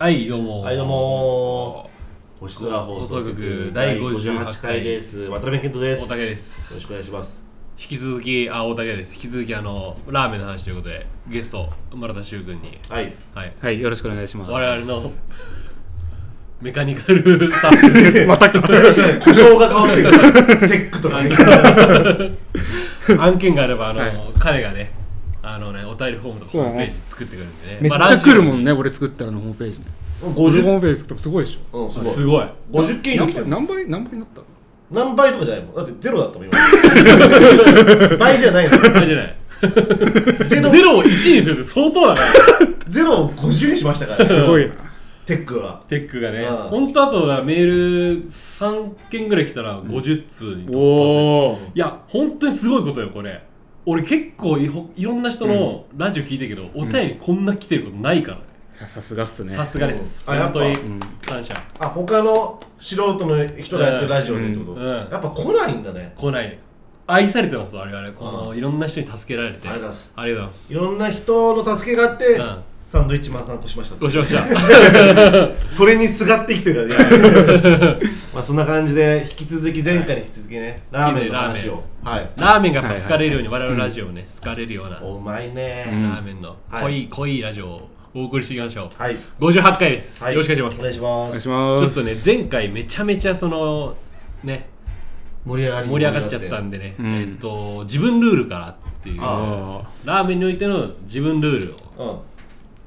はいどうもはいどうも星空放放送送局局第第58 58回回です渡辺健人です大竹でよろしすくお願いします引き続きあ大竹です引き続きあのラーメンの話ということでゲスト村田修君にはいはいはい、よろしくお願いします。我々のメカニカルスタッフ また 来た。故障が変わってくるテックとかね 案件があればあの、彼がねあのねお便りフォームとかホームページ作ってくるんでね、めっちまあゃ来るもんね、俺作ったらのホームページね。俺ホー50ムページ作ったらすごいでしょ。うんラジオすすごいごい50件以上何来て倍る何倍何倍になった何倍とかじゃないもんだってゼロだったもん今 倍じゃないのあれじゃ ないゼロゼロを1にするって相当だねゼロを50にしましたからすごいな。テックはテックがね、うんほんとあとはメール3件ぐらい来たら50通に突破する、おお。いや本当にすごいことよこれ俺結構いほいろんな人のラジオ聞いてるけど、お便りこんな来てることないからねさすがっすね。さすがですあや本っぱ当にうん。感謝あ他の素人の人がやってるラジオでってことうんうんやっぱ来ないんだね来ない愛されてます我々このういろんな人に助けられてありがとうございますありがとうございますいろんな人の助けがあってうんサンドイッチマンさんとしましたごちそうさまでしたそれにすがってきてるか らねまあそんな感じで引き続き前回に引き続きねラーメンの話をはいラーメンがやっぱ好かれるように我々のラジオもね好かれるようなおうまいねんラーメンのはい濃い濃いラジオをお送りしていきましょうはい58回です、はよろしくお願いしますお願いしお願ますいしまちょす。っとね前回めちゃめちゃそのね盛り上がり盛り上がっちゃったんでね、うんえっと自分ルールからっていうああラーメンにおいての自分ルールをうん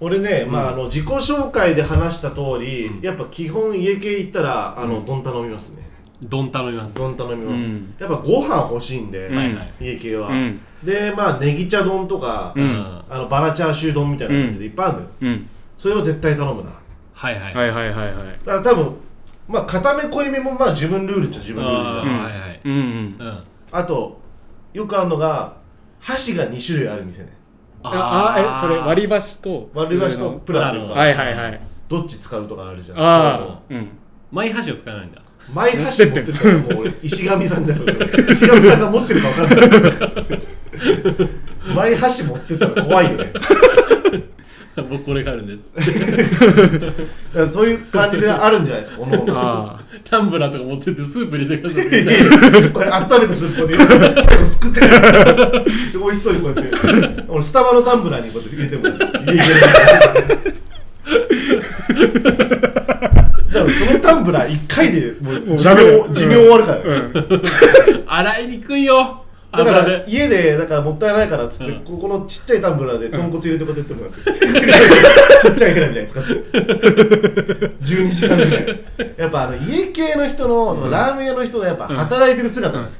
俺ね、まあ、あの自己紹介で話した通り、やっぱ基本家系行ったらあの丼頼みますねドン頼みます、丼頼みます、うんやっぱご飯欲しいんで、うんはいはい家系は、うんでまあネギ茶丼とか、うんあのバラチャーシュー丼みたいな感じでいっぱいあるのよ、あ。うん。それを絶対頼むなはいはい、はいはいはいはい。だから多分まあ固め濃いめもまあ自分ルールっちゃ自分ルールじあゃんーあ,、んはいはいうんうん。うんとよくあるのが箸が2種類ある店ねあーあ、え、それ割り箸と。割り箸とプラというプか、ラはいはいはい。どっち使うとかあるじゃんああ。うん。マイ箸を使わないんだ マイ箸持ってったらもう俺石神さんだから石神さんが持ってるか分かん ないマイ箸持ってったら怖いよねだか僕これがあるんですらそういう感じであるんじゃないですかおのおのあタンブラーとか持ってってスープ入れてくださいみいたやいいなやこれ温めたスープで最後すくってくるで美味しそうにこうやって俺スタバのタンブラーにこうやって入れてもいいけど多分そのタンブラー1回でもう寿もうダメだよ命寿命終わるから、あ。うん。 洗いにくいよだか油らで家でだからもったいないからっつって、うんここのちっちゃいタンブラーで豚骨入れてこうやってやってもらって、ちっちゃいヘラみたいに使って12時間ぐらいやっぱあの家系の人の、ラーメン屋の人のやっぱ働いてる姿が好き、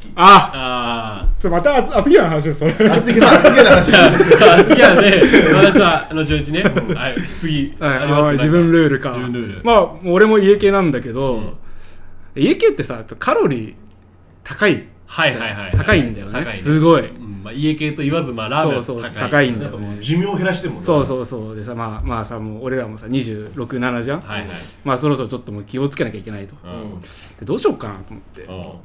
ああちょまた厚厚着な話です、それ。熱いな熱いな話あ次はねまだちゃん後々ねはい次はい、ありますあー自分ルールか自分ルールまあもう俺も家系なんだけど、家系ってさカロリー高いはいはいはい高いんだよね高いすごいうんまあ、家系と言わずまあラーメンそはうそう高い高いんだやっよぱもう ね寿命を減らしてるもんねそうそうそうでさまあまあさもう俺らもさ267じゃん、はいはいまあそろそろちょっともう気をつけなきゃいけないとううんんでどうしようかなと思ってうんど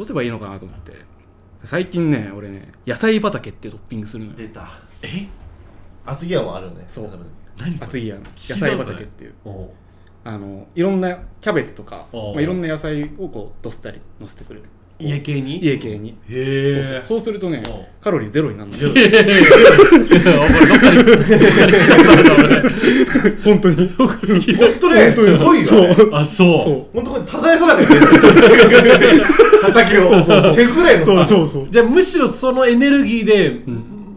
うすればいいのかなと思って最近ね俺ね野菜畑っていうトッピングするのよ出たえ厚木屋もあるよね そう何それ厚木屋の聞野いた菜ことない畑っていうおうあのいろんなキャベツとか、おうまあ、いろんな野菜をこうどしたりのせてくれる家系に家系にそうへそえうそうするとねおうカロリーゼロになる のよいやいやいや俺どっかにどっかに本当に本当ねすごいよねそうあそうそ本当これ耕さなきゃいけない 畑を手ぐらいのそうそうそうじゃあむしろそのエネルギーで、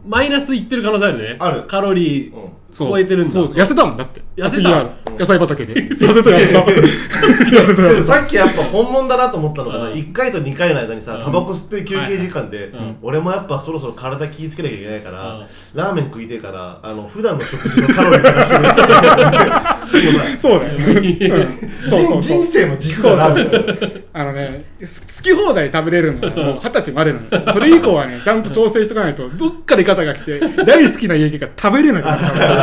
マイナスいってる可能性あるねあるカロリー、うん超えてるんだそうそう痩せたもんだって痩せた次は野菜畑 で痩せた痩せた痩せたで痩もせさっきやっぱ本物だなと思ったのがうん1回と2回の間にさうんタバコ吸って休憩時間でうん俺もやっぱそろそろ体気ぃつけなきゃいけないかうんらラーメン食いてえからあの普段の食事のカロリーからしてくださいでもさたそう だよ そう人そうそう人生の軸がラーメンだからあのねす好き放題食べれるのはもう二十歳までなのそれ以降はねちゃんと調整しとかないとどっかで肩が来て大好きな家系が食べれなくなっちゃうから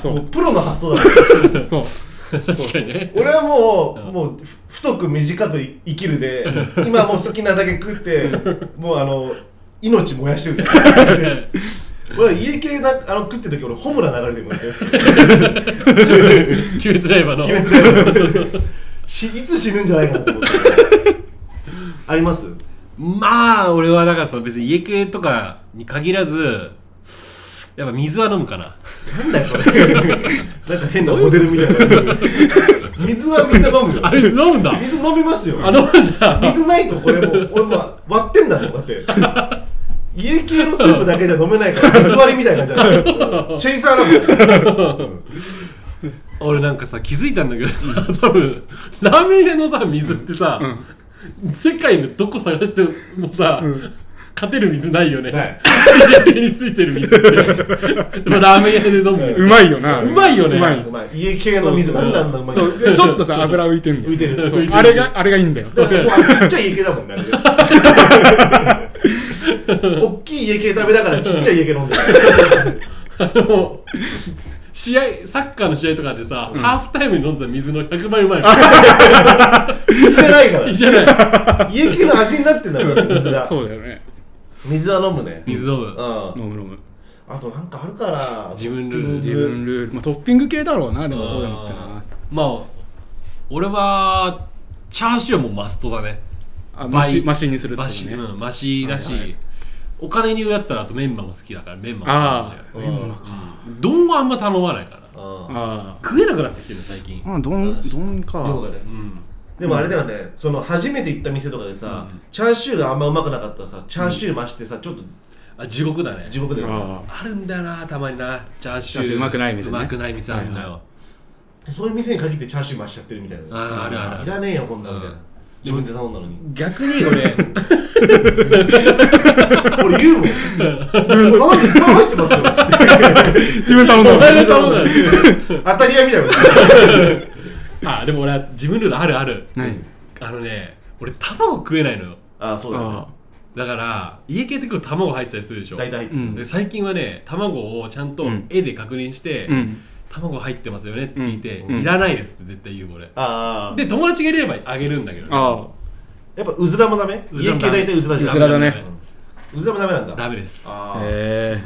そもううプロの発想だからそう 確かにね俺はもう、もうふ太く短くい生きるで今もう好きなだけ食ってもうあの命燃やしてるから俺家系なあの食ってる時俺ホムラ流れてるもんね 鬼滅ライバーの鬼滅ライバーしいつ死ぬんじゃないかなと思ってありますまあ俺はだからその別に家系とかに限らずやっぱ水は飲むかななんだよそれなんか変なモデルみたいな水はみんな飲む よあれ 飲むんだ水飲みますよあ飲むんだ水ないとこれもう俺もう割ってんだもんだって家系のスープだけじゃ飲めないから水割りみたいなじゃんチェイサーだもん俺なんかさ気づいたんだけどさ 多分ラーメン屋のさ水ってさ、世界のどこ探してもさ、勝てる水ないよねない家系についてる水って でもラーメン屋で飲む水うまいよなうまいよねうまいうまい家系の水なんであんなうまいそうでちょっとさ油浮いてんの浮いてるそうあれがあれがいいんだよだからもうあれちっちゃい家系だもんねあれ大きい家系食べだからちっちゃい家系飲んでるあの試合サッカーの試合とかでさ、ハーフタイムに飲んだ水の100倍うまいもんじゃないかいいらじゃない家系の味になってんだから水がそうだよね水は飲むね水飲む、うん飲む飲むあとなんかあるかな自分ルールうん自分ルール、まあ、トッピング系だろうなでもそういうのってあなーまあ俺はチャーシューはもうマストだねあマ倍シマシにするってマことシ,、ねうん、マシだし、はいはいお金に余裕だったらあとメンマも好きだからメンマもあ頼んじゃあうメンマか丼はあんま頼まないからうんあ食えなくなってきてる最近あまあどんどんか量がねうんでもあれだよね、その初めて行った店とかでさ、チャーシューがあんまうまくなかったらさチャーシュー増してさちょっとあ地獄だね地獄で、あああるんだよなたまになチャーシュチャーシーューうまくない店ねうまくない店あるんだよ、そういう店に限ってチャーシュー増しちゃってるみたいなあーあるあるあるいらねえよこんなみたいな、うん自分で頼んだのに逆に俺俺言うもん自 分で今入ってますよつって自分頼んお前がだ頼んだよ当たり屋みたいなあでも俺は自分ルールあるある何あのね俺卵食えないのよああそうだねあだから家系って結構卵入ってたりするでしょ大体入ってうる、んで最近はね卵をちゃんとうん絵で確認して、うん卵入ってますよねって聞いて、うんいらないですって絶対言う俺、ああで友達がいればあげるんだけど、ね、あやっぱうずらもダメうず家らも系ダメ大体うずらじゃんうずらだねうずらもダメなんだダメですああ、あへ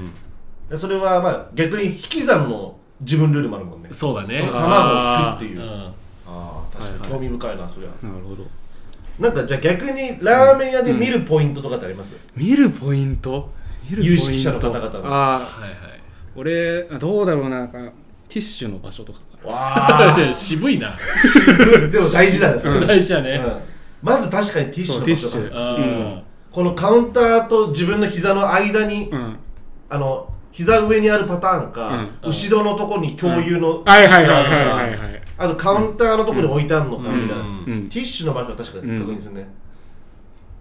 それはまあ逆に引き算の自分ルールもあるもんねそうだねその卵を引くっていううんああ確かに興味深いなそりゃえなるほどなんかじゃあ逆にラーメン屋で見るポイントとかってあります、見るポイント見るポイント有識者の方々のああはいはい俺あどうだろうななんかティッシュの場所とかかわあ渋いなでも大事だねそれ、うん大事だね、まず確かにティッシュそうのティッ場シ所だねあーこのカウンターと自分の膝の間に、なうんあの膝上にあるパターンか、うん後ろのとこに共有の、はいはいはいはいはいはいあとカウンターのとこに置いてあるのかみたいな、うんうんティッシュの場所は確かうにん確認するね、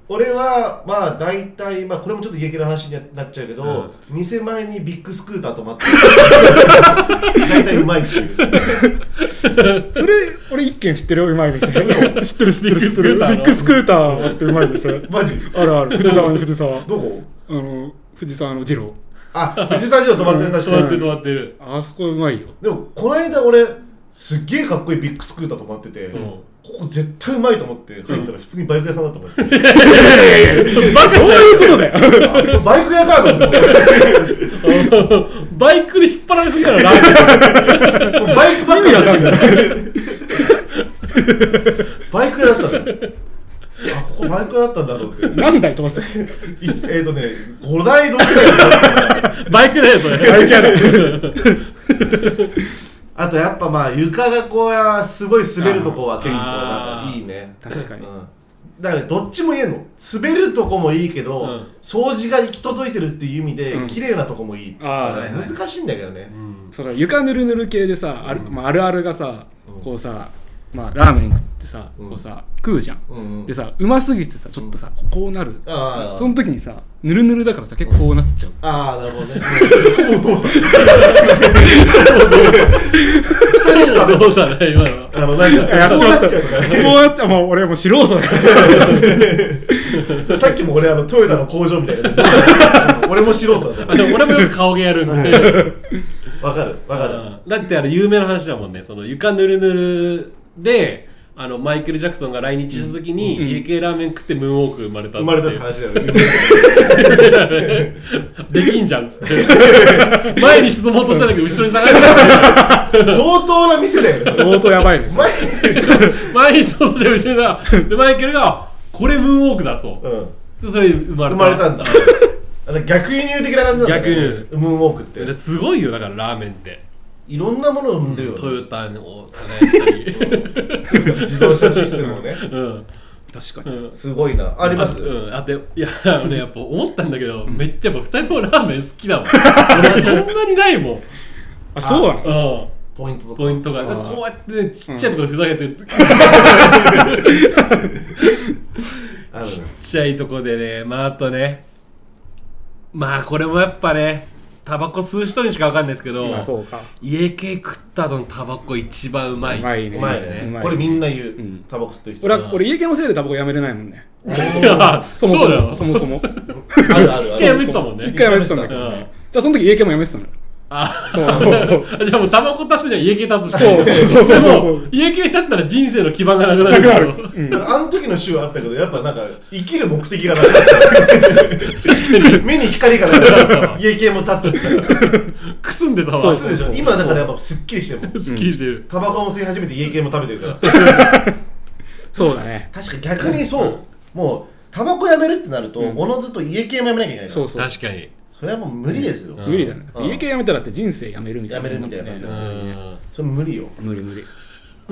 俺はまあ大体、まあ、これもちょっと家系の話になっちゃうけど、店前にビッグスクーター止まって 大体うまいっていうそれ俺一軒知ってるようまい 店知ってる知ってる知ってるビッビッググススクーターあってうまい 店マジあるある藤沢に藤沢あどこの藤沢の二郎あ藤沢市の止まってる確止まかってるに止まってる、あそこうまいよでもこの間俺すっげえかっこいいビッグスクーター止まってて、うんここ絶対うまいと思って入ったら普通にバイク屋さんだと思 って、あバカじゃどういうことだよこれバイク屋かと思ってんバイクで引っ張られてるからラーメンもうバイクばっかりやってるバイク屋だったのよあここバイク屋だったんだろうってい何台飛ばせえっ、ー、とね5台6台バイクだよそれバイクあとやっぱまあ床がこうやすごい滑るとこは結構なんかいいね確かにうんだからねどっちも言えんの滑るとこもいいけど、うん掃除が行き届いてるっていう意味で、うん綺麗なとこもいいあだーからはいはい難しいんだけどね、その床ぬるぬる系でさある,、まあ、あるあるがさこうさ、まあ、ラーメン食ってさ、うんこうさ食うじゃん、うんうんでさうますぎてさちょっとさ、こうなるあーその時にさぬるぬるだからさ結構こうなっちゃう、ああなるほどねほ ぼお父さん二人しかどうだね今のあのなんかやこうなっちゃうこからうなっちゃうもう俺はもう素人だからささっきも俺あのトヨタの工場みたいな 俺も素人だあでも俺もよく顔芸やるんでわかるわかるだってあれ有名な話だもんねその床ぬるぬるであのマイケル・ジャクソンが来日した時に、うん家系ラーメン食ってムーンウォーク生まれたっ生てまれたって話だよねできんじゃんっつって 前に進もうとしたんだけど後ろに下がる相当な店だよね相当やばいですね前前 に進もうとしたら後ろに下がるでマイケルがこれムーンウォークだとうんでそれ生まれ生たまれたんだあの逆輸入的な感じなんだね逆輸入ムーンウォークってですごいよだからラーメンっていろんなものを生んでるよねトヨタを耕した り自動車システムをねうん確うかにんすごいなありますうん、あでいやあのねやっぱ思ったんだけど、めっちゃやっぱ2人ともラーメン好き だもん俺そんなにないもん、うあそうなのん、ポイントとかポイントがあだからーこうやってねちっちゃいところでふざけて、ちっあるねちゃいとこでねまああとねまあこれもやっぱねタバコ吸う人にしかわかんないですけど、まあそうか家系食った後のタバコ一番うまいうま いねうまいうまねいこれみんな言うんタバコ吸ってる人俺は俺家系のせいでタバコやめれないもんねいやそもそうだそもよそも そもあるあるあ一回やるめてたもんね一回やめてたんだけどうんねじゃあその時家系もやめてたのよあそうそうそうあじゃあもうタバコ立つには家系立つしそうそうそうそうそうでも家系立ったら人生の基盤がなくななるくなからるう んなんかあの時の週はあったけどやっぱなんか生きる目的がない目に光がない家系も立っとるから くすんでたわそうそうでしょ今だからやっぱすっきりしてるもんすっきりしてる、タバコも吸い始めて家系も食べてるからそうだね確か逆にそうもうタバコやめるってなるとおのずと家系もやめなきゃいけないかそらうそう確かにそれはもう無理ですようん無理だねうん家系やめたらって人生やめるみたいなやめるみたいなねう確かんそれ無理よ無理無理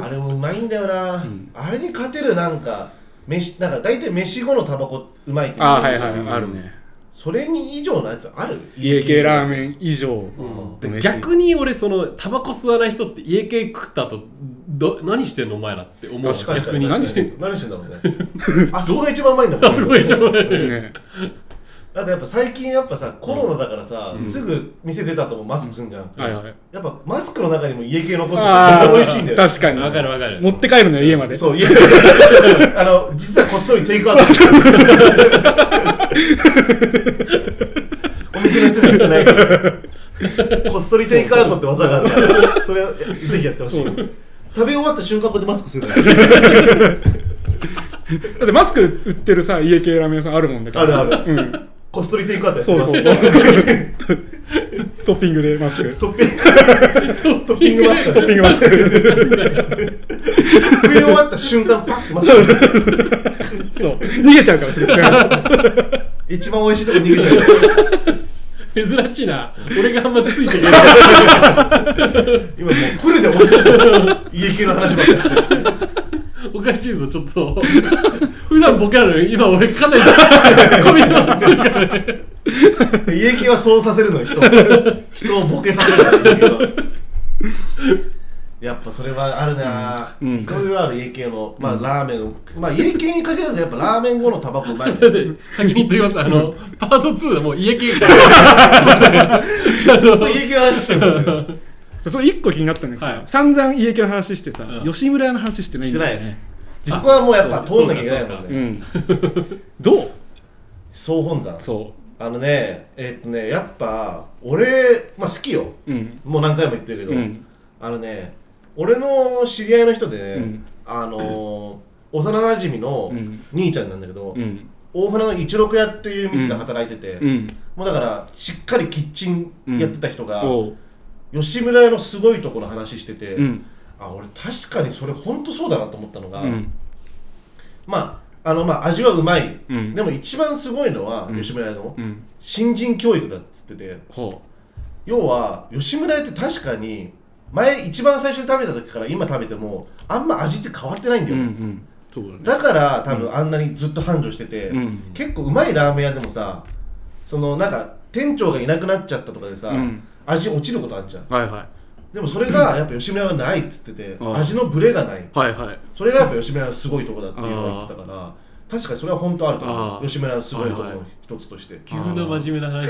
あれもうまいんだよな、あれに勝てるなんか飯なんか大体飯後のタバコうまいって言あわあはれるじいゃはんいあるねそれに以上のやつある家系ラーンメン以上でも飯逆に俺そのタバコ吸わない人って家系食った後ど何してんのお前らって思う確確か逆にに何してんの何してんだろうね あそこが一番うまいんだもんあそこが一番うまいねだってやっぱ最近やっぱさコロナだからさ、すぐ店出た後もマスクすんじゃん、はいはいやっぱマスクの中にも家系残っててあ美味しいんだよあ確かにわかるわかる持って帰るのよ家までそう家 あの実はこっそりテイ クアウトお店の人に言ってないからこっそりテイクアウトって技があるからそれをぜひやってほしいそう食べ終わった瞬間ここでマスクするからだってマスク売ってるさ家系ラーメン屋さんあるもんねあるあるうんこっそりテイクアウトやってそうますそうそうトッピングでマスクトッピングトッピングマスクトッピングマスク食い終わった瞬間パッてマスクそう逃げちゃうからすぐ一番美味しいとこ逃げちゃう珍しいな俺があんまついていけない 今もうフルで置いてる家系の話ばっかりしてるおかしいぞちょっと 普段ボケなのに今俺かなり 込み上がってるからね 家系はそうさせるのよ人を人をボケさせるのよ家系はやっぱそれはあるな、うんうんいろいろある家系のまあラーメン、まあ家系に限らずやっぱラーメン後のタバコうまいねすいません先に言っときますあのパート2はもう家系から すいませんあの家系の話してるもんねそれ一個気になったんだけどはさい散々家系の話してさうん吉村屋の話してないんだよねそこはもうやっぱ通んなきゃいけないもんそううねんどう総本山そあのねえっとねやっぱ俺まあ好きよううんもう何回も言ってるけど、うんあのね俺の知り合いの人でね、うんあのー幼なじみのうん兄ちゃんなんだけど、うん大船の一六屋っていう店で働いてて、うんもうだからしっかりキッチンやってた人が、おう吉村屋のすごいとこの話してて、うんあ俺確かにそれ本当そうだなと思ったのが、うんまああのまあ味はうまい、うんでも一番すごいのは吉村屋のうん新人教育だっつっててほ要は吉村屋って確かに前一番最初に食べた時から今食べてもあんま味って変わってないんうだうよんうね、んそうだねだから多分あんなにずっと繁盛してて、うん結構うまいラーメン屋でもさそのなんか店長がいなくなっちゃったとかでさ、うん味落ちることあるじゃんはいはいでもそれがやっぱ吉村屋はないっつってて、うん味のブレがないはいはいそれがやっぱ吉村屋のすごいとこだっていうのを言ってたから確かにそれは本当あると思あうー吉村屋のすごいとこはいはのい一つとして、急な真面目な話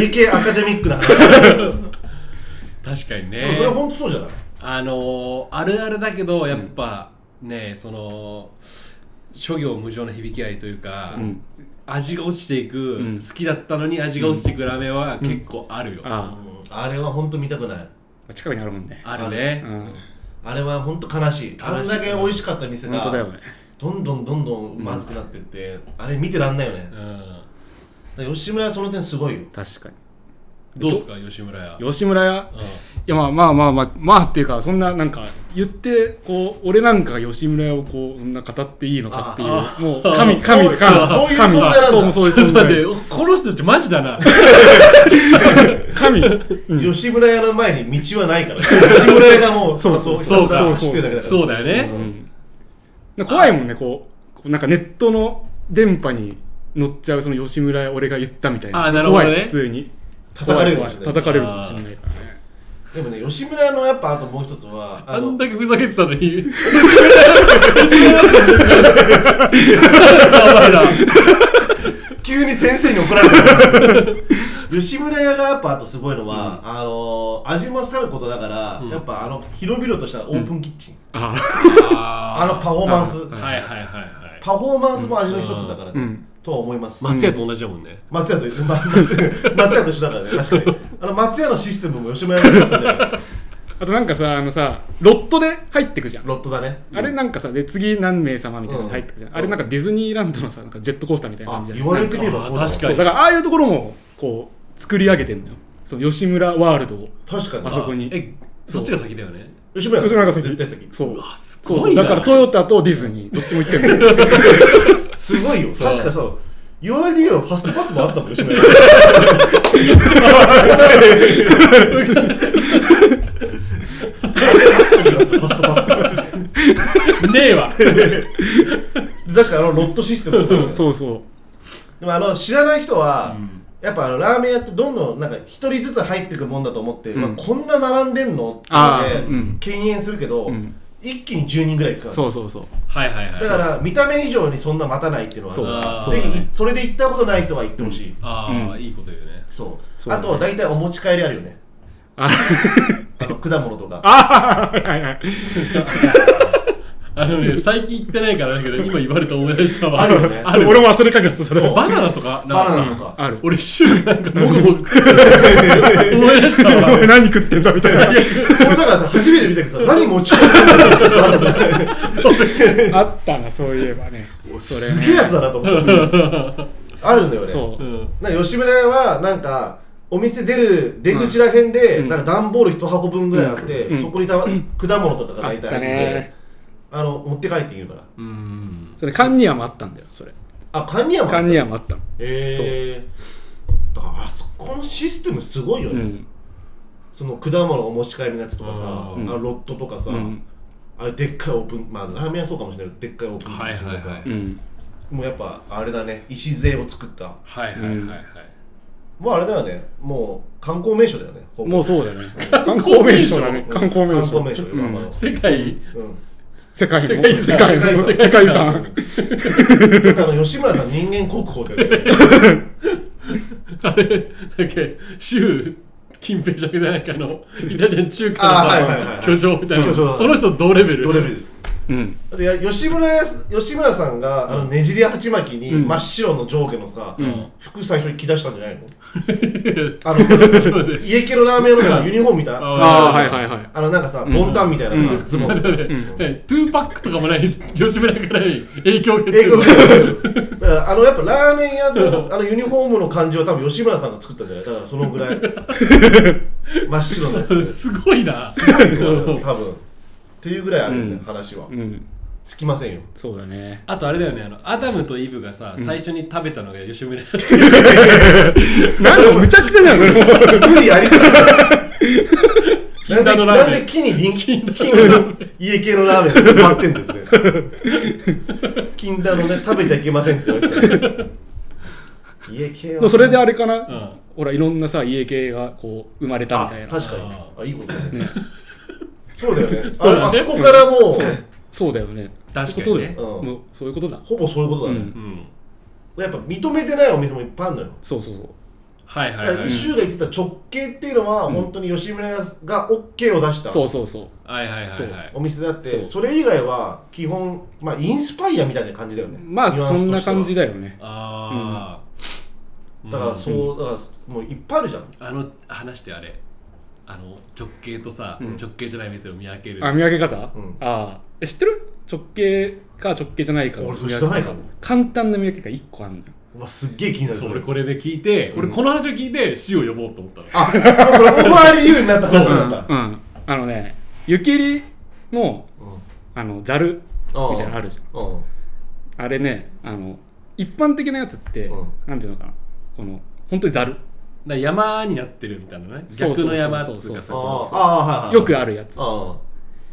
家系アカデミックな 話確かにでねもそれは本当そうじゃないあのーあるあるだけどやっぱ、ねその諸行無常の響き合いというか、うん味が落ちていく、うん好きだったのに味が落ちていくラーメンは結構あるよ、ああれは本当見たくないあ近くにあるもんねあるね、うんあれは本当悲しいしいあんだけ美味しかった店本当だよがねどんどんどんどんまずくなってって、あれ見てらんないよねう、んだから吉村はその点すごいよ確かにどうすか吉村屋吉村屋うんいやまあまあまあまあまあっていうかそんななんか言ってこう俺なんかが吉村屋をこうそんな語っていいのかっていうあもう神あ神そう神そういう神存在なんだそうそういうちょっ存と待って在この人ってマジだな 神吉村屋の前に道はないから 吉村屋がもうそうそうそうそそうう走ってるだけだからそうだよねんなんか怖いもんねこうこうなんかネットの電波に乗っちゃうその吉村屋俺が言ったみたいなあーなるほどね怖い普通に叩かれるかも怖しいれない怖い叩かれるかもしれないからねでもね吉村屋のやっぱあともう一つはああんのだけふざけてた のに吉村屋の吉村 屋の急に先生に怒られる吉村屋がやっぱあとすごいのは、あの味もさることだから、やっぱあの広々としたオープンキッチン、ああのパフォーマンス、お前らはいはいはいはいパフォーマンスも味の一つだからね、うんとは思います、松屋と同じだもんね松屋とま松松屋と一緒だからね確かにあの松屋のシステムも吉村屋が作ったんだよねーあとなんかさあのさロットで入ってくじゃんロットだねあれなんかさで次何名様みたいなの入ってくじゃん、うんあれなんかディズニーランドのさなんかジェットコースターみたいなあ感じじゃん言われてみればそうだわあ確そうだからああいうところもこう作り上げてんのよその吉村ワールドを確かにあそこにえそっちが先だよね吉村吉屋村がが先先絶対先そうあすそうごそいうなだからトヨタとディズニーどっちも行ってんのよ すごいよ確かそう言われてみればファストパスもあったもん吉村屋ファストパスってねえ わで確かあのロットシステムもそうだよねそうそうでもあの知らない人は、やっぱあのラーメン屋ってどんどんなんか一人ずつ入ってくもんだと思って、んまあ、こんな並んでんのあっーてうん敬遠するけど、ん一気に10人ぐらい行くからそうそうそうはいはいはいだから見た目以上にそんな待たないっていうのそうはああーるぜひそれで行ったことない人は行ってほしい、ああいいこと言うねそうそうだあねと大体お持ち帰りあるよねあ あの果物とかあーはいはいあのね最近行ってないからだけど今言われた思い出したわあるよねあそうる俺も忘れかけてたそれそうはバナナとかなバんかナナとかある俺週なん かもぐもぐ食ってる思い出したおわ前何食ってんだみたいな俺だからさ初めて見たけどさ何持ち帰ってんだろうバナナあったなそういえばねすげえやつだなと思って あるんだよねそう、うんなんか吉村屋はなんかお店出る出口らへんで、なんか段ボール一箱分ぐらいあって、うんそこにた、果物とかがあっ大体入たってねてあの持って帰っているからうんそれカンニアもあったんだよそれあ管理屋もカンニアもあったのへえだからあそこのシステムすごいようね、んその果物お持ち帰りのやつとかさあ、うんのロットとかさ、うんあれでっかいオープンまあラーメン屋そうかもしれないけどでっかいオープンキッチンとか、はいはいはいうんもうやっぱあれだね礎を作ったはいはいはいはいもうあれだよねもう観光名所だよねほぼもうそうだね 観光名所だね観光名所観光名所よ、うんあの世界うん世界の世世界界遺産の世界遺産あの吉村さん人間国宝だよねあれだっけ周近平じゃなくてなんかあのイタリアン中華あはいはいはいのはさい巨匠みたいな巨匠だその人同レベル ドレベルですうんだってや吉村やす吉村さんがあのねじり鉢巻きに真っ白の上下のさ、ん服最初に着出したんじゃ ないのあの家系のラーメン屋のさユニフォームみたいなあああはいはいはいあのなんかさボンタンみたいなさ、ズボンでさ、うんねトゥーパックとかもない吉村からい影響を受けて英る語だからあのやっぱラーメン屋のあのユニフォームの感じは多分吉村さんが作ったんじゃないだからそのぐらい 真っ白のやつですごいな多分っていうぐらいあるよね、うん話はうんつきませんよそうだねあとあれだよねあのアダムとイブがさ最初に食べたのが吉村なんかむちゃくちゃじゃんそれも 無理ありそう禁断なんでのラーメンなんで木にリン金の家系のラーメンで埋まってんですね禁断のね食べちゃいけませんって言われてたね家系は それであれかうなんほらいろんなさ家系がこう生まれたみあたいな確かにああいいことだねそうだよねあのあそこからもうそうそうだよね確かそうにいねうことだようんもうそういうことだほぼそういうことだねうんうんやっぱ認めてないお店もいっぱいあるのよそうそうそうはいはいだはかいら柊が言ってた直系っていうのは本当に吉村が OK を出したそうそうそうはいはいはいはいお店だっそてうそれ以外は基本まあインスパイアみたいな感じだよねまあニュアそンスんとなしては感じだよねああだからそうだからもういっぱいあるじゃんあの話してあれあの直径とさ、うん直径じゃない店を見分けるあ見分け方、うんああえ知ってる直径か直径じゃないか俺それ知らないかも簡単な見分けが1個あるのようわすっげえ気になるそうそ俺れこれで聞いて、俺この話を聞いて C を呼ぼうと思ったのあこれオファー理由になった話なんだうん、うんあのね湯切りのうあのざるんみたいなのあるじゃんうんうんあれねあの一般的なやつって、うんなんていうのかなこの本当にざるだから山になってるみたいなねそう逆そうそうそうの山っつうかさあーそうそうあーはいはいよくあるやつあー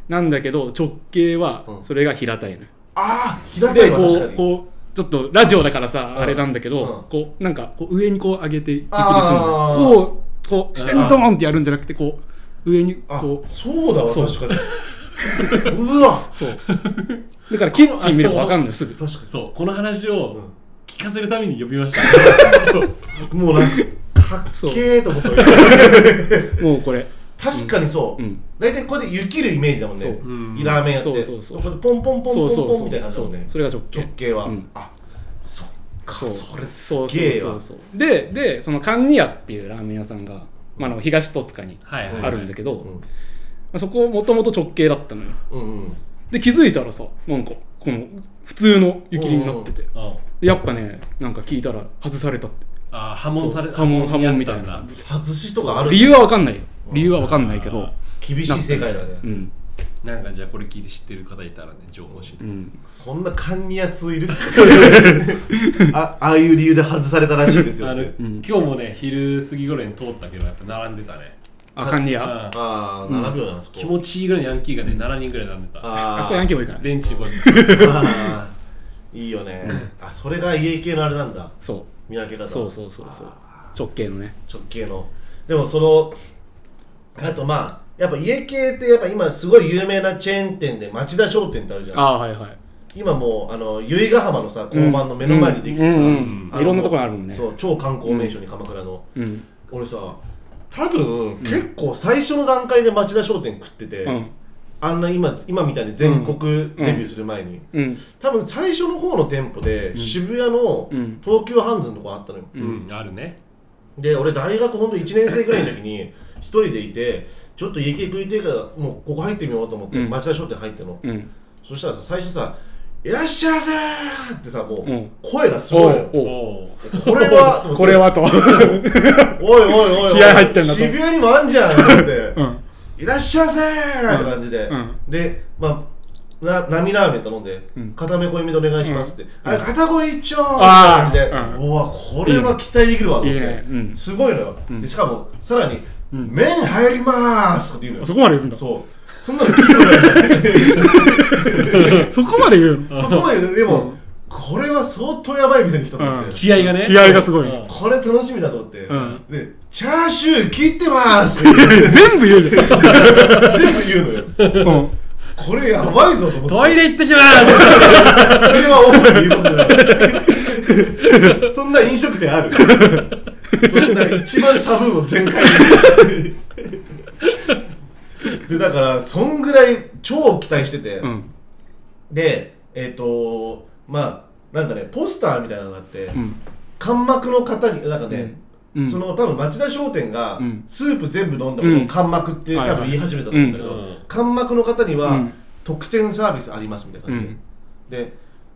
なんだけど直径はうんそれが平たいのよ、あー開でけばこ確かうにこうちょっとラジオだからさ、うんあれなんだけど、うんこうなんかこう上にこう上げて湯切りするあのーよこうこう下にドーンってやるんじゃなくてこう上にあこうそうだわそう確か にうわそうだからキッチン見れば分かんのよすぐ確かそうこの話をうん聞かせるために呼び ましたにもうなんかかそうっけーと思ったもうこれ確かにそう、うん大体これで湯切るイメージだもんねそううんラーメンやってそうそうそうこでポンポンポンポンそうそうポそンうみたいな感じだもんねそうそれが直径直径は、うんあそっかそそうれすげえわそうそうそうそうででそのカンニヤっていうラーメン屋さんが、まあ、あの東戸塚にはいはいはいあるんだけど、うんまあそこもともと直径だったのようんうんで気づいたらさなんかこの普通の湯切りになっててでうんやっぱねなんか聞いたら外されたってあー破門されそう破門破門みにあたっいんだな外しとかある理由は分かんないよ理由は分かんないけど厳しい世界だねうんなんかじゃあこれ聞いて知ってる方いたらね情報教えて、うんそんな勘にやついる あああいう理由で外されたらしいですよあの、ね今日もね昼過ぎぐらいに通ったけどやっぱ並んでたねあカンニヤうんああー並ぶよなあそこ気持ちいいぐらいのヤンキーがね7人ぐらい並んでたあーあそこヤンキー多いからね電池こうやって あーいいよねあそれが家系のあれなんだそう見分け方そうそうそうそう直径のね直径のでもそのあとまあやっぱ家系ってやっぱ今すごい有名なチェーン店で町田商店ってあるじゃんああはいはい今もうあの由比ヶ浜のさ交番の目の前にできてさ、うんうんうんあのいろんなところあるもんねそう超観光名所に鎌倉の、うん俺さ多分、結構最初の段階で町田商店食ってて、うんあんな今今みたいに全国デビューする前に、うん多分最初の方の店舗で、渋谷のうん東急ハンズのとこあったのよ、うんあるねで俺大学ほんと1年生ぐらいの時に一人でいてちょっと家系食いてえからもうここ入ってみようと思って、うん町田商店入っての、うんそしたらさ最初さ「いらっしゃいませー!」ってさもううん声がすおごいのうよ、おおうおこれはこれはと。おいおいおいおい気合入ってんなと渋谷にもあんじゃんと思ってうん。いらっしゃいませーって感じで、うんで、まあ、な波ラーメン頼んで、うん片目濃いめでお願いしますって、あれ、片濃い一丁って感あーじで、ううわ、これは期待できるわ、いいねと思っていいねうんすごいのよ、でしかも、さらに、麺入りまーすって言うの そよ。こまで言うんだ。そそう。そんなの聞いたことないじこまで言うゃのん。そこまで、でも、これは相当やばい店に来たと思って。うん気合がね気合がすごいうんこれ楽しみだと思って、んで、チャーシュー切ってまーすって言うのよ全部言うじゃ全部言うのよ。ん。うん。これやばいぞと思って。トイレ行ってき ますそれは主に言うことじゃないそんな飲食店あるそんな一番タブーを全開にでだからそんぐらい超期待してて、うん。でえっ、とまあなんかねポスターみたいなのがあって、うん。間幕の方になんかね、うんその多分町田商店がうんスープ全部飲んだことうをん間幕ってはい多はい分言い始めたと思うんだけど、うんうん間幕の方には、うん特典サービスありますみたいな感じで、うんで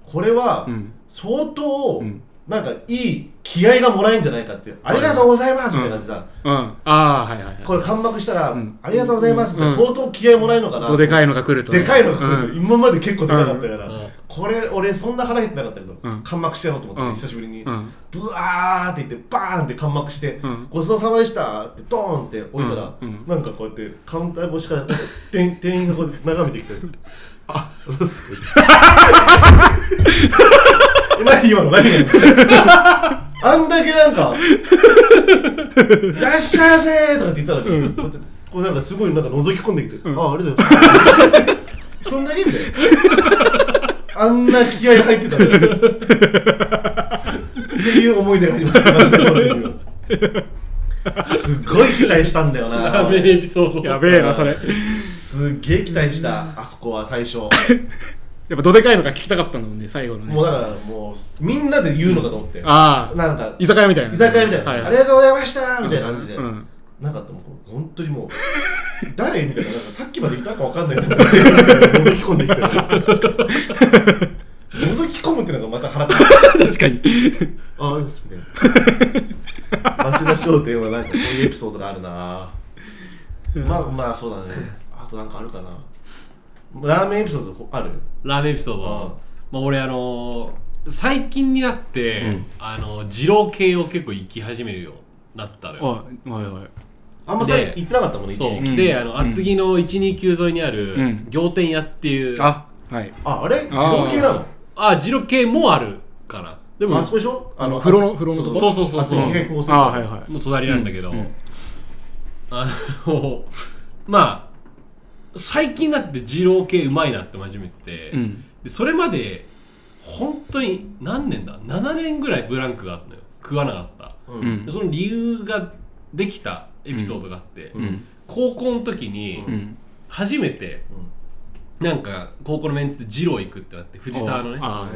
これはうん相当、んなんかいい気合がもらえるんじゃないかっていう、ありがとうございますみたいな感じでさ、うん。ああ、はいはいはこれ間幕したら、んありがとうございますみたいな、うん相当気合もらえるのかい。な、どでかいのが来るとね。でかいのが、うん今まで結構でかかったから、うんこれ俺そんな腹減ってなかったけど、うん間幕してやろうと思って、うん久しぶりに、うんブワーって言ってバーンって間幕して、うんごちそうさまでしたってドーンって置いたら、うんうんなんかこうやってカウンター越しから店 店員がこうやって眺めてきて「あそうっす」何 今の 何今のあんだけなんか「いらっしゃいませ」とかって言ったのに、こうやってこうなんかすごいなんか覗き込んできて「あありがとうございます」そんだけみたいな。あんな気合入ってたのにっていう思い出がありますマジでそれにはすっごい期待したんだよラー メンエなピソードやべえな、それ。やすっげえ期待したあそこは最初っぱどでかいのが聞きたかったんだもんね、最後のもうね。だからもうみんなで言うのかと思ってああ。なんか居酒屋みたいな。居酒屋みたいな、はいありがとうございましたみたいな感じで、うん。なかったもんこう本当にもう 誰みたいななんかさっきまでいたかわかんないと思って覗き込んできたよ覗き込むってのがまた腹立つ 確か に。ああですみたいな町田商店はなんかこういうエピソードがあるなまあまあそうだねあとなんかあるかなラーメンエピソードこあるラーメンエピソードああまあ俺あのー最近になって、あの二郎系を結構行き始めるようになったのよはいはい。あんまさで行ってなかったもんね一そう、時期んであのうん厚木の129沿いにあうるん仰天屋っていう、あ、はい。ああれ自動系なのあ二郎系もあるかなでもあそこでしょああの風呂の風呂のそうとこそうそうそうそうあっち変更するあ、はいはい。もう隣なんだけど、うんうんあの まあ最近だって二郎系うまいなって初めて、うんでそれまで本当に何年だ7年ぐらいブランクがあったのよ食わなかったうんうんでその理由ができたエピソードがあって、うん高校の時にうん。初めてなんか高校のメンツで二郎行くってなって藤沢のねあ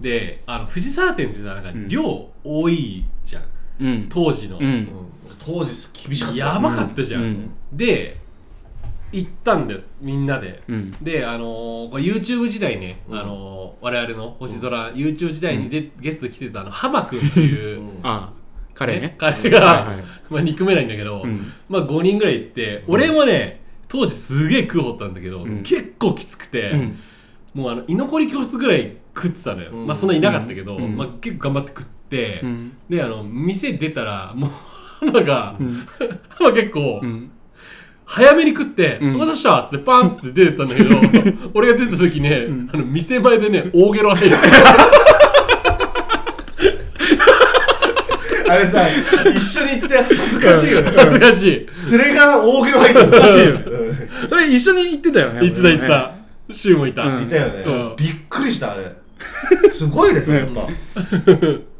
であの藤沢店ってさなんかん量多いじゃんうん。当時の、うん。当時厳しかったやばかったじゃん、うんで行ったんだよみんなで、うんであのーこれ YouTube 時代ね、うんあのー我々の星空、YouTube 時代にで、ゲストで来てたあの浜君っていう、うんあ、彼ね。彼が、はいはい まあ、憎めないんだけど、うんまあ5人ぐらい行って俺もね当時すげえ食うほったんだけど、ん結構きつくて、うんもうあの居残り教室ぐらい食ってたのよ、うんまあそんないなかったけど、うんまあ、結構頑張って食って、うんであの店出たらもう 浜が、浜結構、うん。早めに食って、うんお待たせしたっつってパンっつって出てったんだけど、俺が出た時ね、あの、店前でね、大ゲロ吐いてあれさ一緒に行って恥ずかしいよね恥ず かしい。連れが大黒入ってるしいようんそれ一緒に行ってたよね。言ってた言って俺もね。た。シュウもいた。うんいたよそうねびっくりしたあれすごいですねやっぱ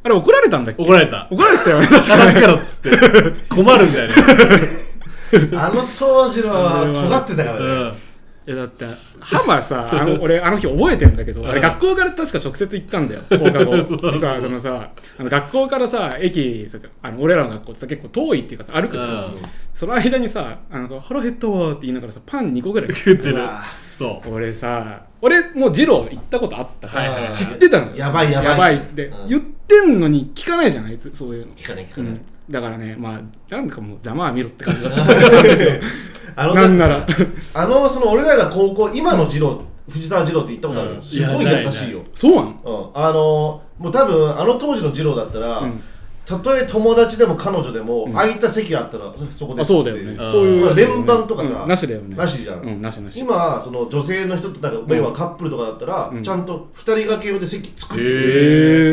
あれ怒られたんだっけ怒られた。怒られてたよね。確片か付けろっつって。困るんだよね。あの当時のは尖ってたからうね。ん。 いやだって、ハマさ、あの俺、あの日覚えてんだけど、あれ学校から確か直接行ったんだよ、放課後。で さ、そのさ、あの学校からさ、駅、さあの俺らの学校ってさ、結構遠いっていうかさ、歩くじゃん。うんその間にさ、あの腹減ったわーって言いながらさ、パン2個ぐらい食ってるうわ。そ俺さ俺もう二郎行ったことあったから、はいはいはい知ってたのよやばいやばいやばいって、うん言ってんのに聞かないじゃんあいつそういうの、聞かない聞うかないん。、だからねまあなんかもうざまあ見ろって感じだ あのなんなら あの、その俺らが高校、今の二郎、藤沢二郎って行ったことある、うんすごい優しいよ。そうなのうん、あのもう多分あの当時の二郎だったら、んたとえ友達でも彼女でも、空いた席があったらそこであそうだよねっていんそういうやつだよね連番とかさうんなしだよねなしじゃん、うんなしなし今その女性の人となんか要はカップルとかだったら、んちゃんと二人掛け用で席作ってくれる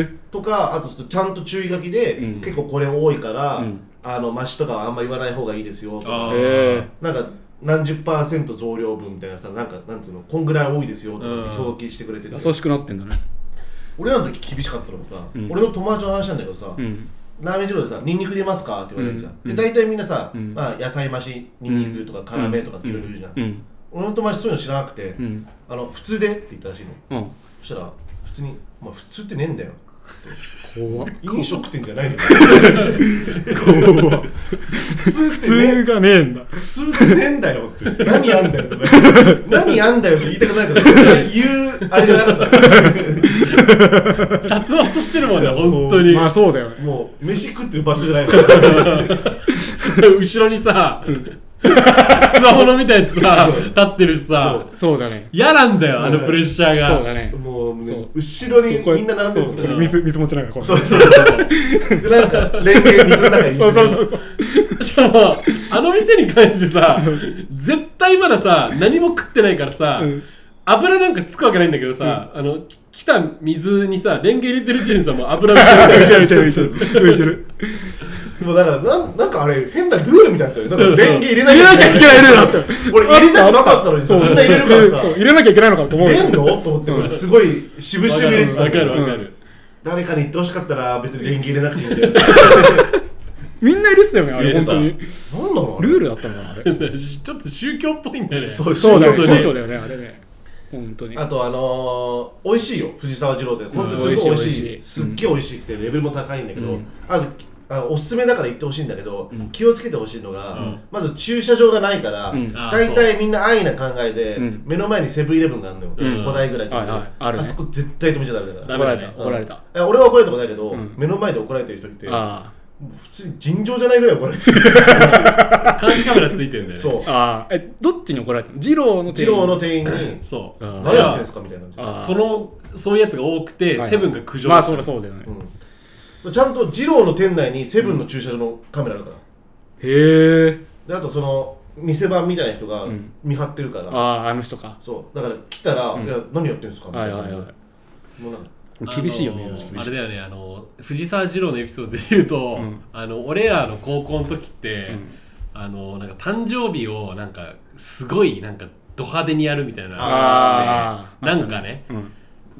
へえとかあとちゃんと注意書きで、うん結構これ多いから、うんあのマシとかはあんま言わない方がいいですよあとかーへえなんか何十パーセント増量分みたいなさなんかなんつうのこんぐらい多いですよとかってうん表記してくれてて、優しくなってんだね俺らの時厳しかったのがさ、ん俺の友達の話なんだけどさ、うんラーメン二郎でさ「ニンニク入れますか?」って言われるじゃん、うんで大体みんなさ、んまあ、野菜増しニンニクとか辛めとかっていろいろ言うじゃん、うん俺の友達そういうの知らなくて、うんあの普通でって言ったらしいのうんそしたら普通に「まあ、普通ってねえんだよ怖っ飲食店じゃないの怖っ普通っ普てねえ通がねえんだ普通ってねえんだよって何やんだよとか何やんだよって言いたくないけど言うあれじゃなかったう。殺伐してるもんね、本当に。まあそうだよねもう飯食ってる場所じゃないから 後ろにさ、スマホのみたいなやつさ、立ってるしさそ。そうだね嫌なんだよ、あのプレッシャーが。そうだねもうねそう後ろにみんな並んでるんそうでこれ水水持ちながらこうそうそうそうでなんか連携水の中にそうそうそうそうしかも、あの店に関してさ、絶対まださ、何も食ってないからさ、うん油なんかつくわけないんだけどさ、あの、き来た水にさ、レンゲ入れてる時点でさ、もう油が浮い てる浮いてる浮いてる浮いてるもうだからなんなんかあれ変なルールみたいになってるなんか連携入れな入きれゃないきゃいけけないないルールだったよ俺入れたくなかったのにさみんな入れるからさそう入れなきゃいけないのかと思う入よれんのと思って俺すごい渋々入れてたわかるわうんかる。誰かに言ってほしかったら別に連携入れなくていいんだよみんな入れてたよねあ入れれて本た当に何なのあれルールだったのかなあれちょっと宗教っぽいんだよね。そうそうだよ宗ね教宗徒に教だよねあれね本当にあとあのー、美味しいよ藤沢二郎で本当すごい美う味ん美味ししいい美味しいすっげえ美味しいくてレベルも高いんだけど、あとあのおすすめだから行ってほしいんだけど、うん気をつけてほしいのが、うんまず駐車場がないから、うんあー大体みんな安易な考えで、うん目の前にセブンイレブンがあるのよ、うん5台ぐらいとかはいはいあるねそこ絶対止めちゃダメだかダらメ怒だられねた怒られた、え俺は怒られたことないけど、うん目の前で怒られてる人ってもあう普通に尋常じゃないぐらい怒られてる 監視カメラついてんだよねそうあああえどっちに怒られたの二郎の二郎の店員にそうあー何やってんすかみたいな感あそのそういうやつが多くて、セブンが苦情まあしそたりゃそうだよね、じ、うん、ちゃんと二郎の店内にセブンの駐車場のカメラあるから、へえであとその店番みたいな人がうん見張ってるから、あああの人かそうだから来たら「いや何やってんすか?」みはたいいなはい感じはでもうなんか厳しいよね、あの確ーかあにれだよねあの藤沢二郎のエピソードで言うと、うんあの俺らの高校の時って、うんあのなんか誕生日をなんかすごいなんかド派手にやるみたいなああなんかねうん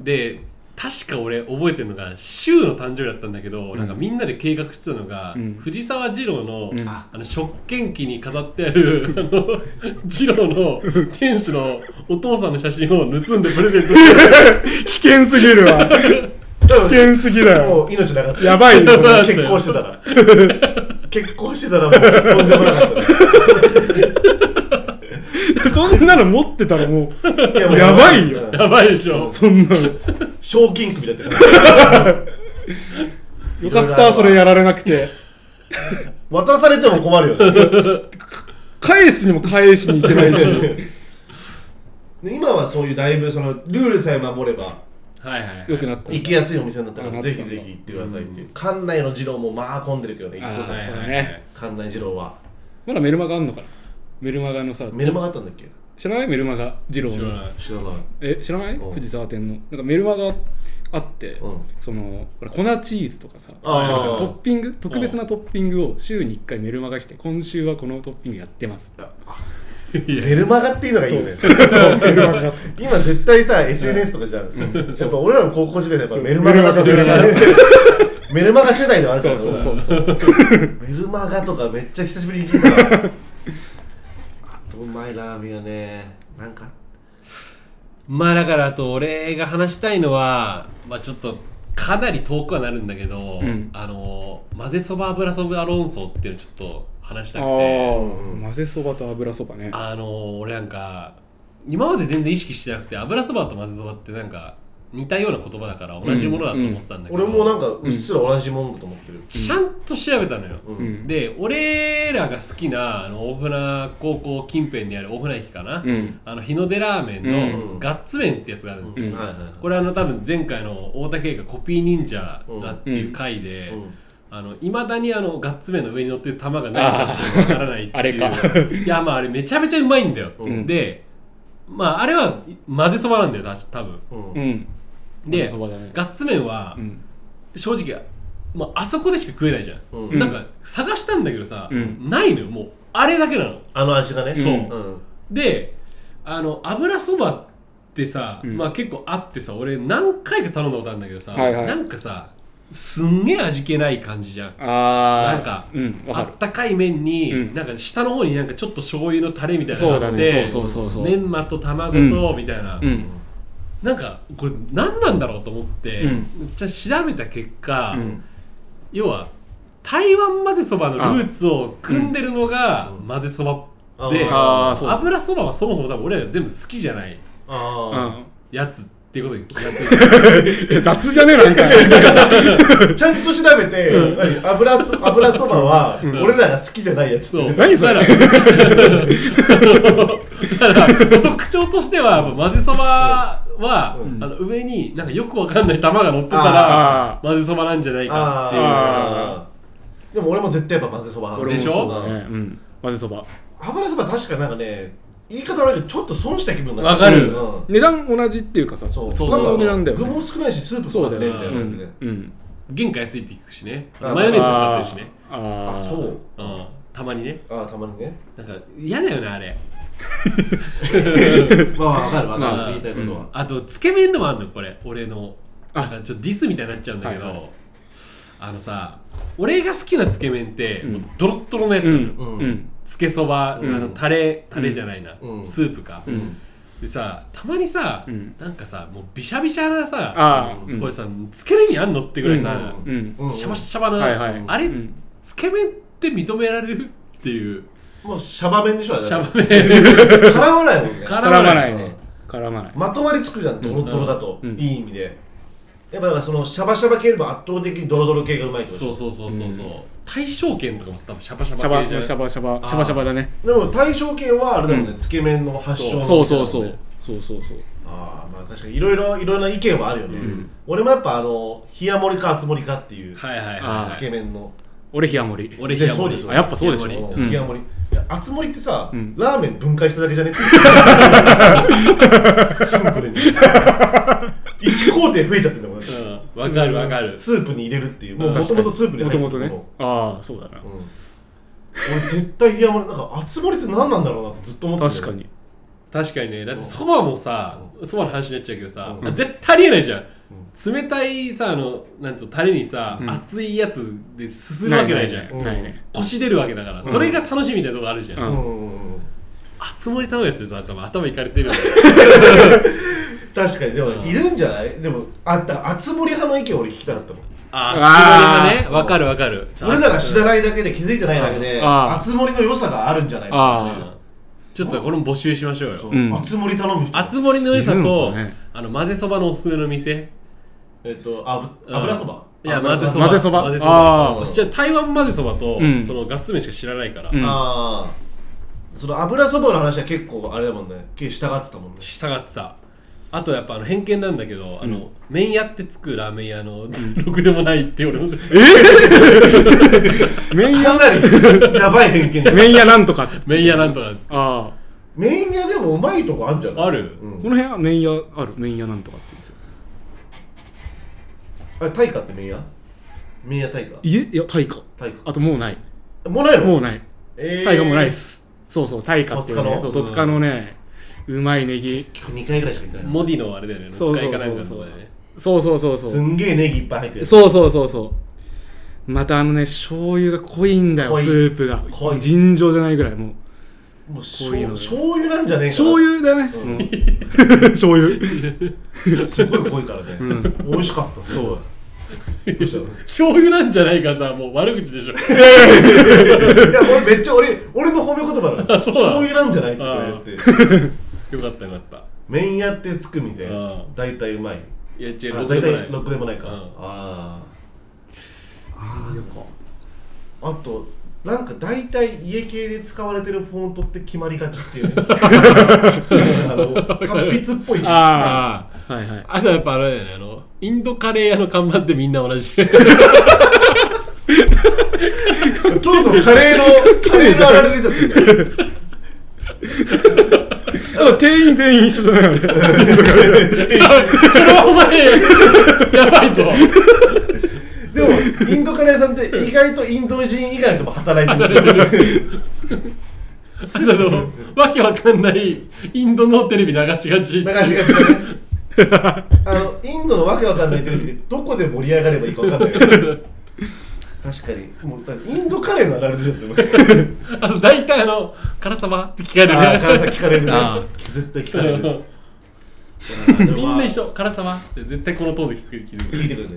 で確か俺覚えてるのが週の誕生日だったんだけど、なんかみんなで計画してたのが、うん藤沢二郎の,、うんあの食券機に飾ってあ るあの二郎の店主のお父さんの写真を盗んでプレゼントして危険すぎるわ危険すぎだよもう命なかったやばいよもう結婚してたら結婚してたらもうとんでもなかっそんなの持ってたらもたうやばいようんやばいでしょうそんなの賞金首だったから よかったそれやられなくて渡されても困るよね返すにも返しに行けないしで今はそういうだいぶそのルールさえ守ればはいはい、はい、よくなった行きやすいお店になったかあならったぜんだひぜひ行ってくださいっていう館内の二郎もまあ混んでるけどねいつもあーはいそうはだいはいね館内二郎はまだメルマガあんのかなメルマガのさメルマがあったんだっけ知らないメルマガ二郎知らなのい知らないえ知らないうん藤沢店のなんかメルマガあって、うんそのほら粉チーズとかさあーなんかさトッピング特別なトッピングを週に1回メルマガ来て今週はこのトッピングやってますメルマガっていうのがいいよねメルマガって今絶対さ SNS とかじゃん、やっぱ俺らの高校時代でやっぱメルマガだったメルマガメルマガ世代ではあるかそらうそうそうそうメルマガとかめっちゃ久しぶりに聞いたなあとうまいラーメンはねなんかまあだからあと俺が話したいのはまあちょっとかなり遠くはなるんだけど、うんあの混ぜそば油そばアロンソっていうのちょっと話したあくてー混ぜそばと油そばねあの俺なんか今まで全然意識してなくて油そばと混ぜそばってなんか似たような言葉だから同じものだと思ってたんだけど、俺もなんかうっすら同じもんだと思ってる、ちゃんと調べたのよ、うんうんで俺らが好きなあの大船高校近辺にある大船駅かな、うんあの日の出ラーメンうのんガッツ麺ってやつがあるんですよ、うんはいはいはいこれあの多分前回の大竹がコピー忍者がっていう回で、うんあの未だにあのガッツ麺の上に乗ってる玉がないかってわからないっていうあーあれかいやまああれめちゃめちゃうまいんだよ、うんでまああれは混ぜそばなんだよたし多分うんうん混でぜそばだねガッツ麺はうん正直、まああそこでしか食えないじゃん、うんなんか探したんだけどさ、うんないのよもうあれだけなのあの味がねそううんであの油そばってさ、うんまあ結構あってさ俺何回か頼んだことあるんだけどさ、はいはいなんかさすんげえ味気ない感じじゃんああなんかうんわあかっるたかい麺に、うんなんか下の方になんかちょっと醤油のタレみたいなそうがあだっねてそうそうそうそうメンマと卵と、みたいな、うんなんかこれ何なんだろうと思って、うんじゃあ調べた結果、うん要は台湾混ぜそばのルーツを組んでるのがうん混ぜそばあで、ーあーそう油そばはそもそも多分俺ら全部好きじゃないあやつっていうことに気がついてうん雑じゃねえなんかあちゃんと調べて、何油そ油そばは俺らが好きじゃないやつそう何それだからだから特徴としては混ぜそばは、うんあの上になんかよくわかんない玉が乗ってたらあ混ぜそばなんじゃないかっていうああでも俺も絶対やっぱ混ぜそば派俺もでしょそうだねうん混ぜそば油そば確かなんかね言い方悪いけどちょっと損した気分になわかるうん値段同じっていうかさそうそうなんかそうなんだよね具も少ないしスープもなくねみたいなう感じでんうん原価安いって聞くしねあーマヨネーズ使ってるしねああーそううんたまにねああたまにねなんか嫌だよねあれまあわかるわまかある言いたいことはあとつけ麺のもあるのよこれ俺のあなんかちょっとディスみたいになっちゃうんだけど、はいはあのさ俺が好きなつけ麺って、うんもうドロッドロのやつうなのよ、んうんんつけそば、うんあのタレタレじゃないな、うんスープか、んでさたまにさ、うんなんかさもうビシャビシャなさああ、うんこれさつけ麺にあんのってぐらいさ、ううんうんシャバシャバな、はいはいあれ、うんつけ麺って認められるっていうもうシャバ麺でしょあれシ ャバ麺絡まないもんね絡絡まないうんね絡まないまとまりつくじゃんドロドロだと、うんうんいい意味でやっぱだからそのシャバシャバ系よりも圧倒的にドロドロ系がうまいってことそうそうそうそうそう、大将券とかもさ多分シャバシシャャババ系シじゃんャバシャあーバシャバシャバだねでも大将系はあれだもんね、うんつけ麺の発祥のそうそうそうそうそうそうああまあ確かにいろいろいろな意見はあるよね、俺もやっぱあの冷や盛りか厚盛りかっていう、はいはいあはつけ麺の俺冷や盛りい俺で冷や盛そうでしりょあやっぱそうでし冷やょ盛うん冷や盛りいや厚盛りってさ、うんラーメン分解しただけじゃねってシンプルに1 工程増えちゃってんだもん、ねりうんわかるわかる、スープに入れるっていうもうんともとスープにも入っともてとるねああそうだうん、な俺絶対冷や盛りなんか厚盛りって何なんだろうなってずっと思ってた確かに確かにねだってそばもさそばの話になっちゃうけどさ、うん絶対ありえないじゃん、冷たいさあのなんつうのタレにさ、うん熱いやつですするわけないじゃんうんないね腰出るわけだから、それが楽しみみたいなとこあるじゃん、ううんんうんうんうん熱盛り頼むやつってさ多分頭いかれてるよね確かにでもんいるんじゃないでもあった厚盛り派の意見俺聞きたかったもんあ熱盛りがねわかるわかる俺らが知らないだけで気づいてないだけであー厚盛りの良さがあるんじゃないかあちょっとこれも募集しましょうそよううん厚盛り頼む人熱盛りの良さいるのと、かねあの混ぜそばのおすすめの店えっとあぶうん油そばいや油混ぜそば混ぜそば混ぜそあばーじゃあ台湾混ぜそばと、うんそのガッツ麺しか知らないから、うんああその油そばの話は結構あれだもんね結構従ってたもんね従ってたあとやっぱあの偏見なんだけど、あの麺屋ってつくラーメン屋のろくでもないって俺のあ麺屋 かなりやばい偏見だ麺屋なんとかって麺屋なんとかあ麺屋でもうまいとこあるんじゃないあるうあんこの辺は麺屋ある麺屋なんとかって言うんですよあれ大化って麺屋麺屋大化いえいや大化大化あともうないもうないのもうないえー大化もうないですそうそう大化っていう戸塚ねのそう戸塚のねうまいネギ結構2回ぐらいしか行ってないモディのあれだよねそう6そ階うかなんかそうのとこでそうねそうそうそうそうすんげえネギいっぱい入ってるそうそうそうそうまたあのね醤油が濃いんだよ濃いスープが濃い尋常じゃないぐらいもうもうこうい醤うの醤油なんじゃねえかな醤油だね、うんうん醤油すごい濃いからね、美味しかったすごいどうしたの醤油なんじゃないかさもう悪口でしょ いや俺めっちゃ俺俺の褒め言葉なのそう醤なの油なんじゃないってこれってよかったよかった麺屋ってつく店ああ大体うまいいや違あう6大でもない体ろくでもないか、うんあああーあとなんか大体家系で使われてるフォントって決まりがちっていうねあの達筆っぽいああああはいはいあとやっぱあれだよねあのインドカレー屋の看板ってみんな同じ とうとうカレーのカレーのあられ出ちゃってるんだよあと店員全員一緒だよねそれはお前やばいぞ でもインドカレー屋さんって意外とインド人以外の人も働いてるあのわけわかんないインドのテレビ流しがち流しがちだねあのインドのわけわかんないテレビでどこで盛り上がればいいかわかんないけど確かにもうだからインドカレーのあられでしょって思うあの大体あの「辛さは?」って聞かあれある辛さ聞かれるねああ絶対聞かれる みんな緒一緒「辛さは?」って絶対このトーンで聞く聞いてく聞いるてくるね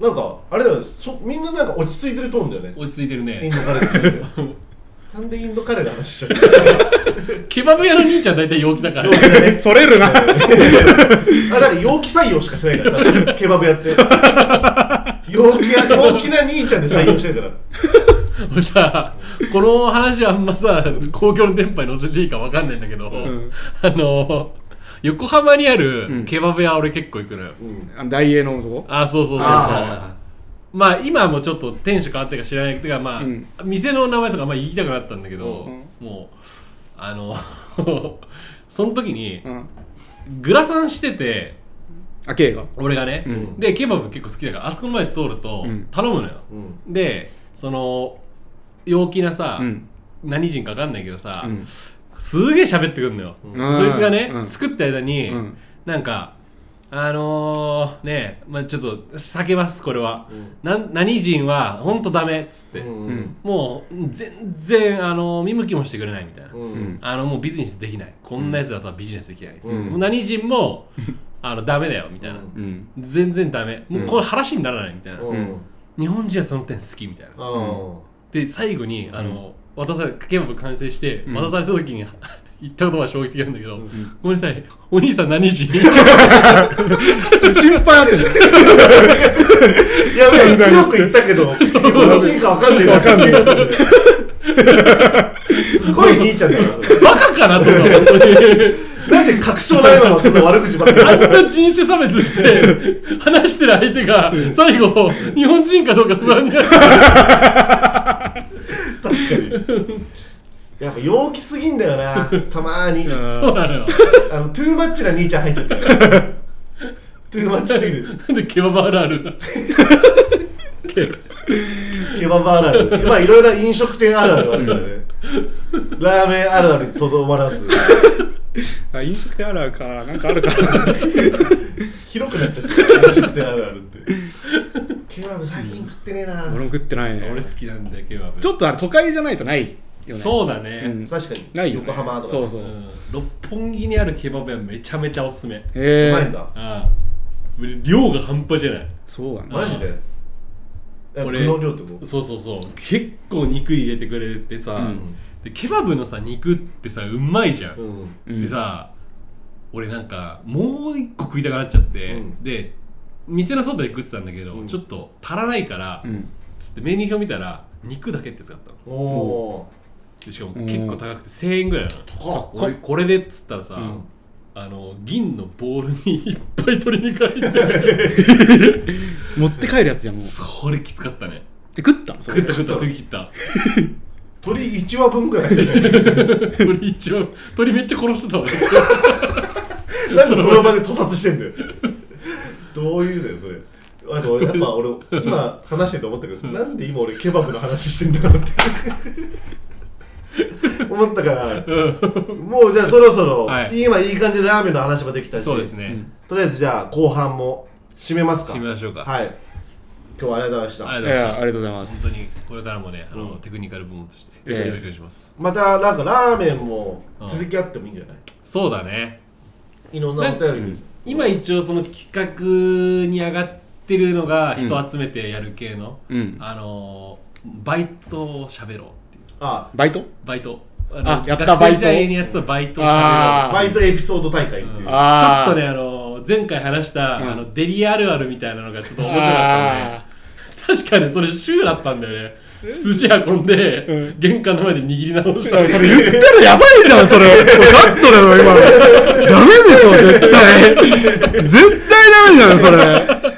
うんなんかあれだよねそみんななんか落ち着いてるトーンだよね落ち着いてるインねドカレーってなんでインドカレーの話しちゃったのケバブ屋の兄ちゃん大体陽気だから えそれるなあなんか陽気採用しかしてないから多分ケバブやって陽気や陽気な兄ちゃんで採用してるから俺さこの話あんまさ公共の電波に載せていいかわかんないんだけど、んあの横浜にあるケバブ屋俺結構行くのよ、うんあのダイエーの男あそうそうそうそうあまあ今はもうちょっと店主変わってるか知らないけどまあ、うん店の名前とかあんま言いたくなったんだけど、もうあの その時にうんグラサンしててあ K が俺がね、んでケバブ結構好きだからあそこの前通るとうん頼むのよ、うんうんでその陽気なさ、うん何人か分かんないけどさ、うんすげえ喋ってくんのよ、うんそいつがね、うん作った間に、うんなんかあのー、ねまあ、ちょっと避けますこれは、うんなん何人はほんとダメっつって、うんうんもう全然あの見向きもしてくれないみたいな、うんうんあのもうビジネスできないこんなやつだとはビジネスできない、うんもう何人もあのダメだよみたいな、うんうん全然ダメもうこれ話にならないみたいな、うんうん日本人はその点好きみたいな、あーで最後にあの、渡されケバブ完成してうん渡された時に 言ったことが衝撃的なんだけど、うんごめんなさいお兄さん何人心配あってるいやべえ強く言ったけ どどっちかわかんねえわかんねえすごい兄ちゃんだよバカかなと思った本当になんで確証ないのそんな悪口ばっかりあんな人種差別して話してる相手が最後日本人かどうか不安になる 確かにやっぱ陽気すぎんだよなたまーにそうなのよあのトゥーマッチな兄ちゃん入っちゃったからトゥーマッチすぎるなんでケバブあるあるだケバブあるあるまあいろいろ飲食店あるあるあるからねラーメンあるあるにとどまらずあ飲食店あるあるかなんかあるか広くなっちゃった飲食店あるあるってケバブ最近食ってねえな俺も食ってないね俺好きなんだよケバブちょっとあれ都会じゃないとないよねそうだうね、ん確かにないよね横浜とかそうそううんへ六本木にあるケバブ屋めちゃめちゃおすすめうえまいんだああ量が半端じゃないそうなんだマジでえ具俺の量ってことそうそうそう結構肉入れてくれるってさ、うんでケバブのさ肉ってさうまいじゃん、うんうんでさ俺なんかもう一個食いたくなっちゃって、うんで店の外で食ってたんだけど、ちょっと足らないから、うんつってメニュー表見たら肉だけって使ったのおおでしかも結構高くて1000円ぐらいなの高っ俺これでっつったらさ、んあの銀のボールに いっぱい鶏肉入 ってて持って帰るやつじゃんもうそれきつかったねで食ったのそ食れった食った食い切った鳥1話分ぐらいなんで 鳥一応鳥めっちゃ殺してたわその場で屠殺してんだよどういうのよそれなんか俺やっぱ俺今話してて思ったけどなんで今俺ケバブの話してんだろう って思ったからもうじゃあそろそろ、はい今いい感じでラーメンの話もできた しそうですね、とりあえずじゃあ後半も締めますか決めましょうか、はい今日はありがとうございましたありいがとうございまやしたありがとうございま本当すにこれからもねあの、うんテクニカル部門としてええよろしくお願いします、またなんかラーメンも続きあってもいいんじゃない、そうだねいろんなお便りに、今一応その企画に上がってるのが人集めてやる系の、うんあのーバイトをしゃべろうっていうあバイトバイトあやった学バイ生ト時代にやってたバイトをしあゃバイトエピソード大会っていう、べろう、うんああちょーっとねあのー前回話した、うんあのデリあるあるみたいなのがちょっと面白かったので、ねあ確かにそれ週だったんだよね寿司運んで、う玄関の前で握り直したーそれ言ったらやばいじゃんそれカットだよ今のダメでしょ絶対絶対ダメじゃんそれ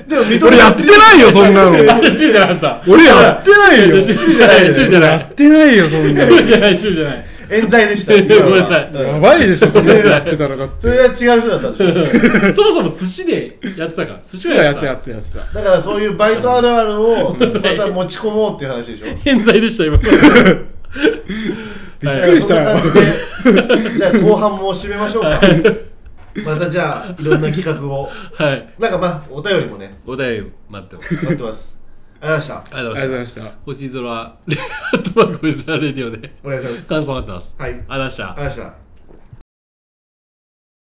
でも認め俺やってないよそんな のあれ週じゃなかった俺やってないよ週じゃない週じゃなやいってないよそんな週じゃない週 じゃない冤罪でし たごめんなさい今のはうやんばいでしょそんなのやってたらだってそれは違う人だったんでしそょもそも寿司でやってたから寿司そうはやっやつてやたってたやつだだからそういうバイトあるあるをまた持ち込もうっていう話でしょびっ偏在でした 今びっくりしたよじゃあ後半も締めましょうかまたじゃあいろんな企画をはいなんかまあお便りもねお題待ってます待ってますありがとうございましたありがとうあござりがというございままししたた 星空レアットマーク星空レディオでお願いします感想待ってますはいありがとうありがとうございましたございました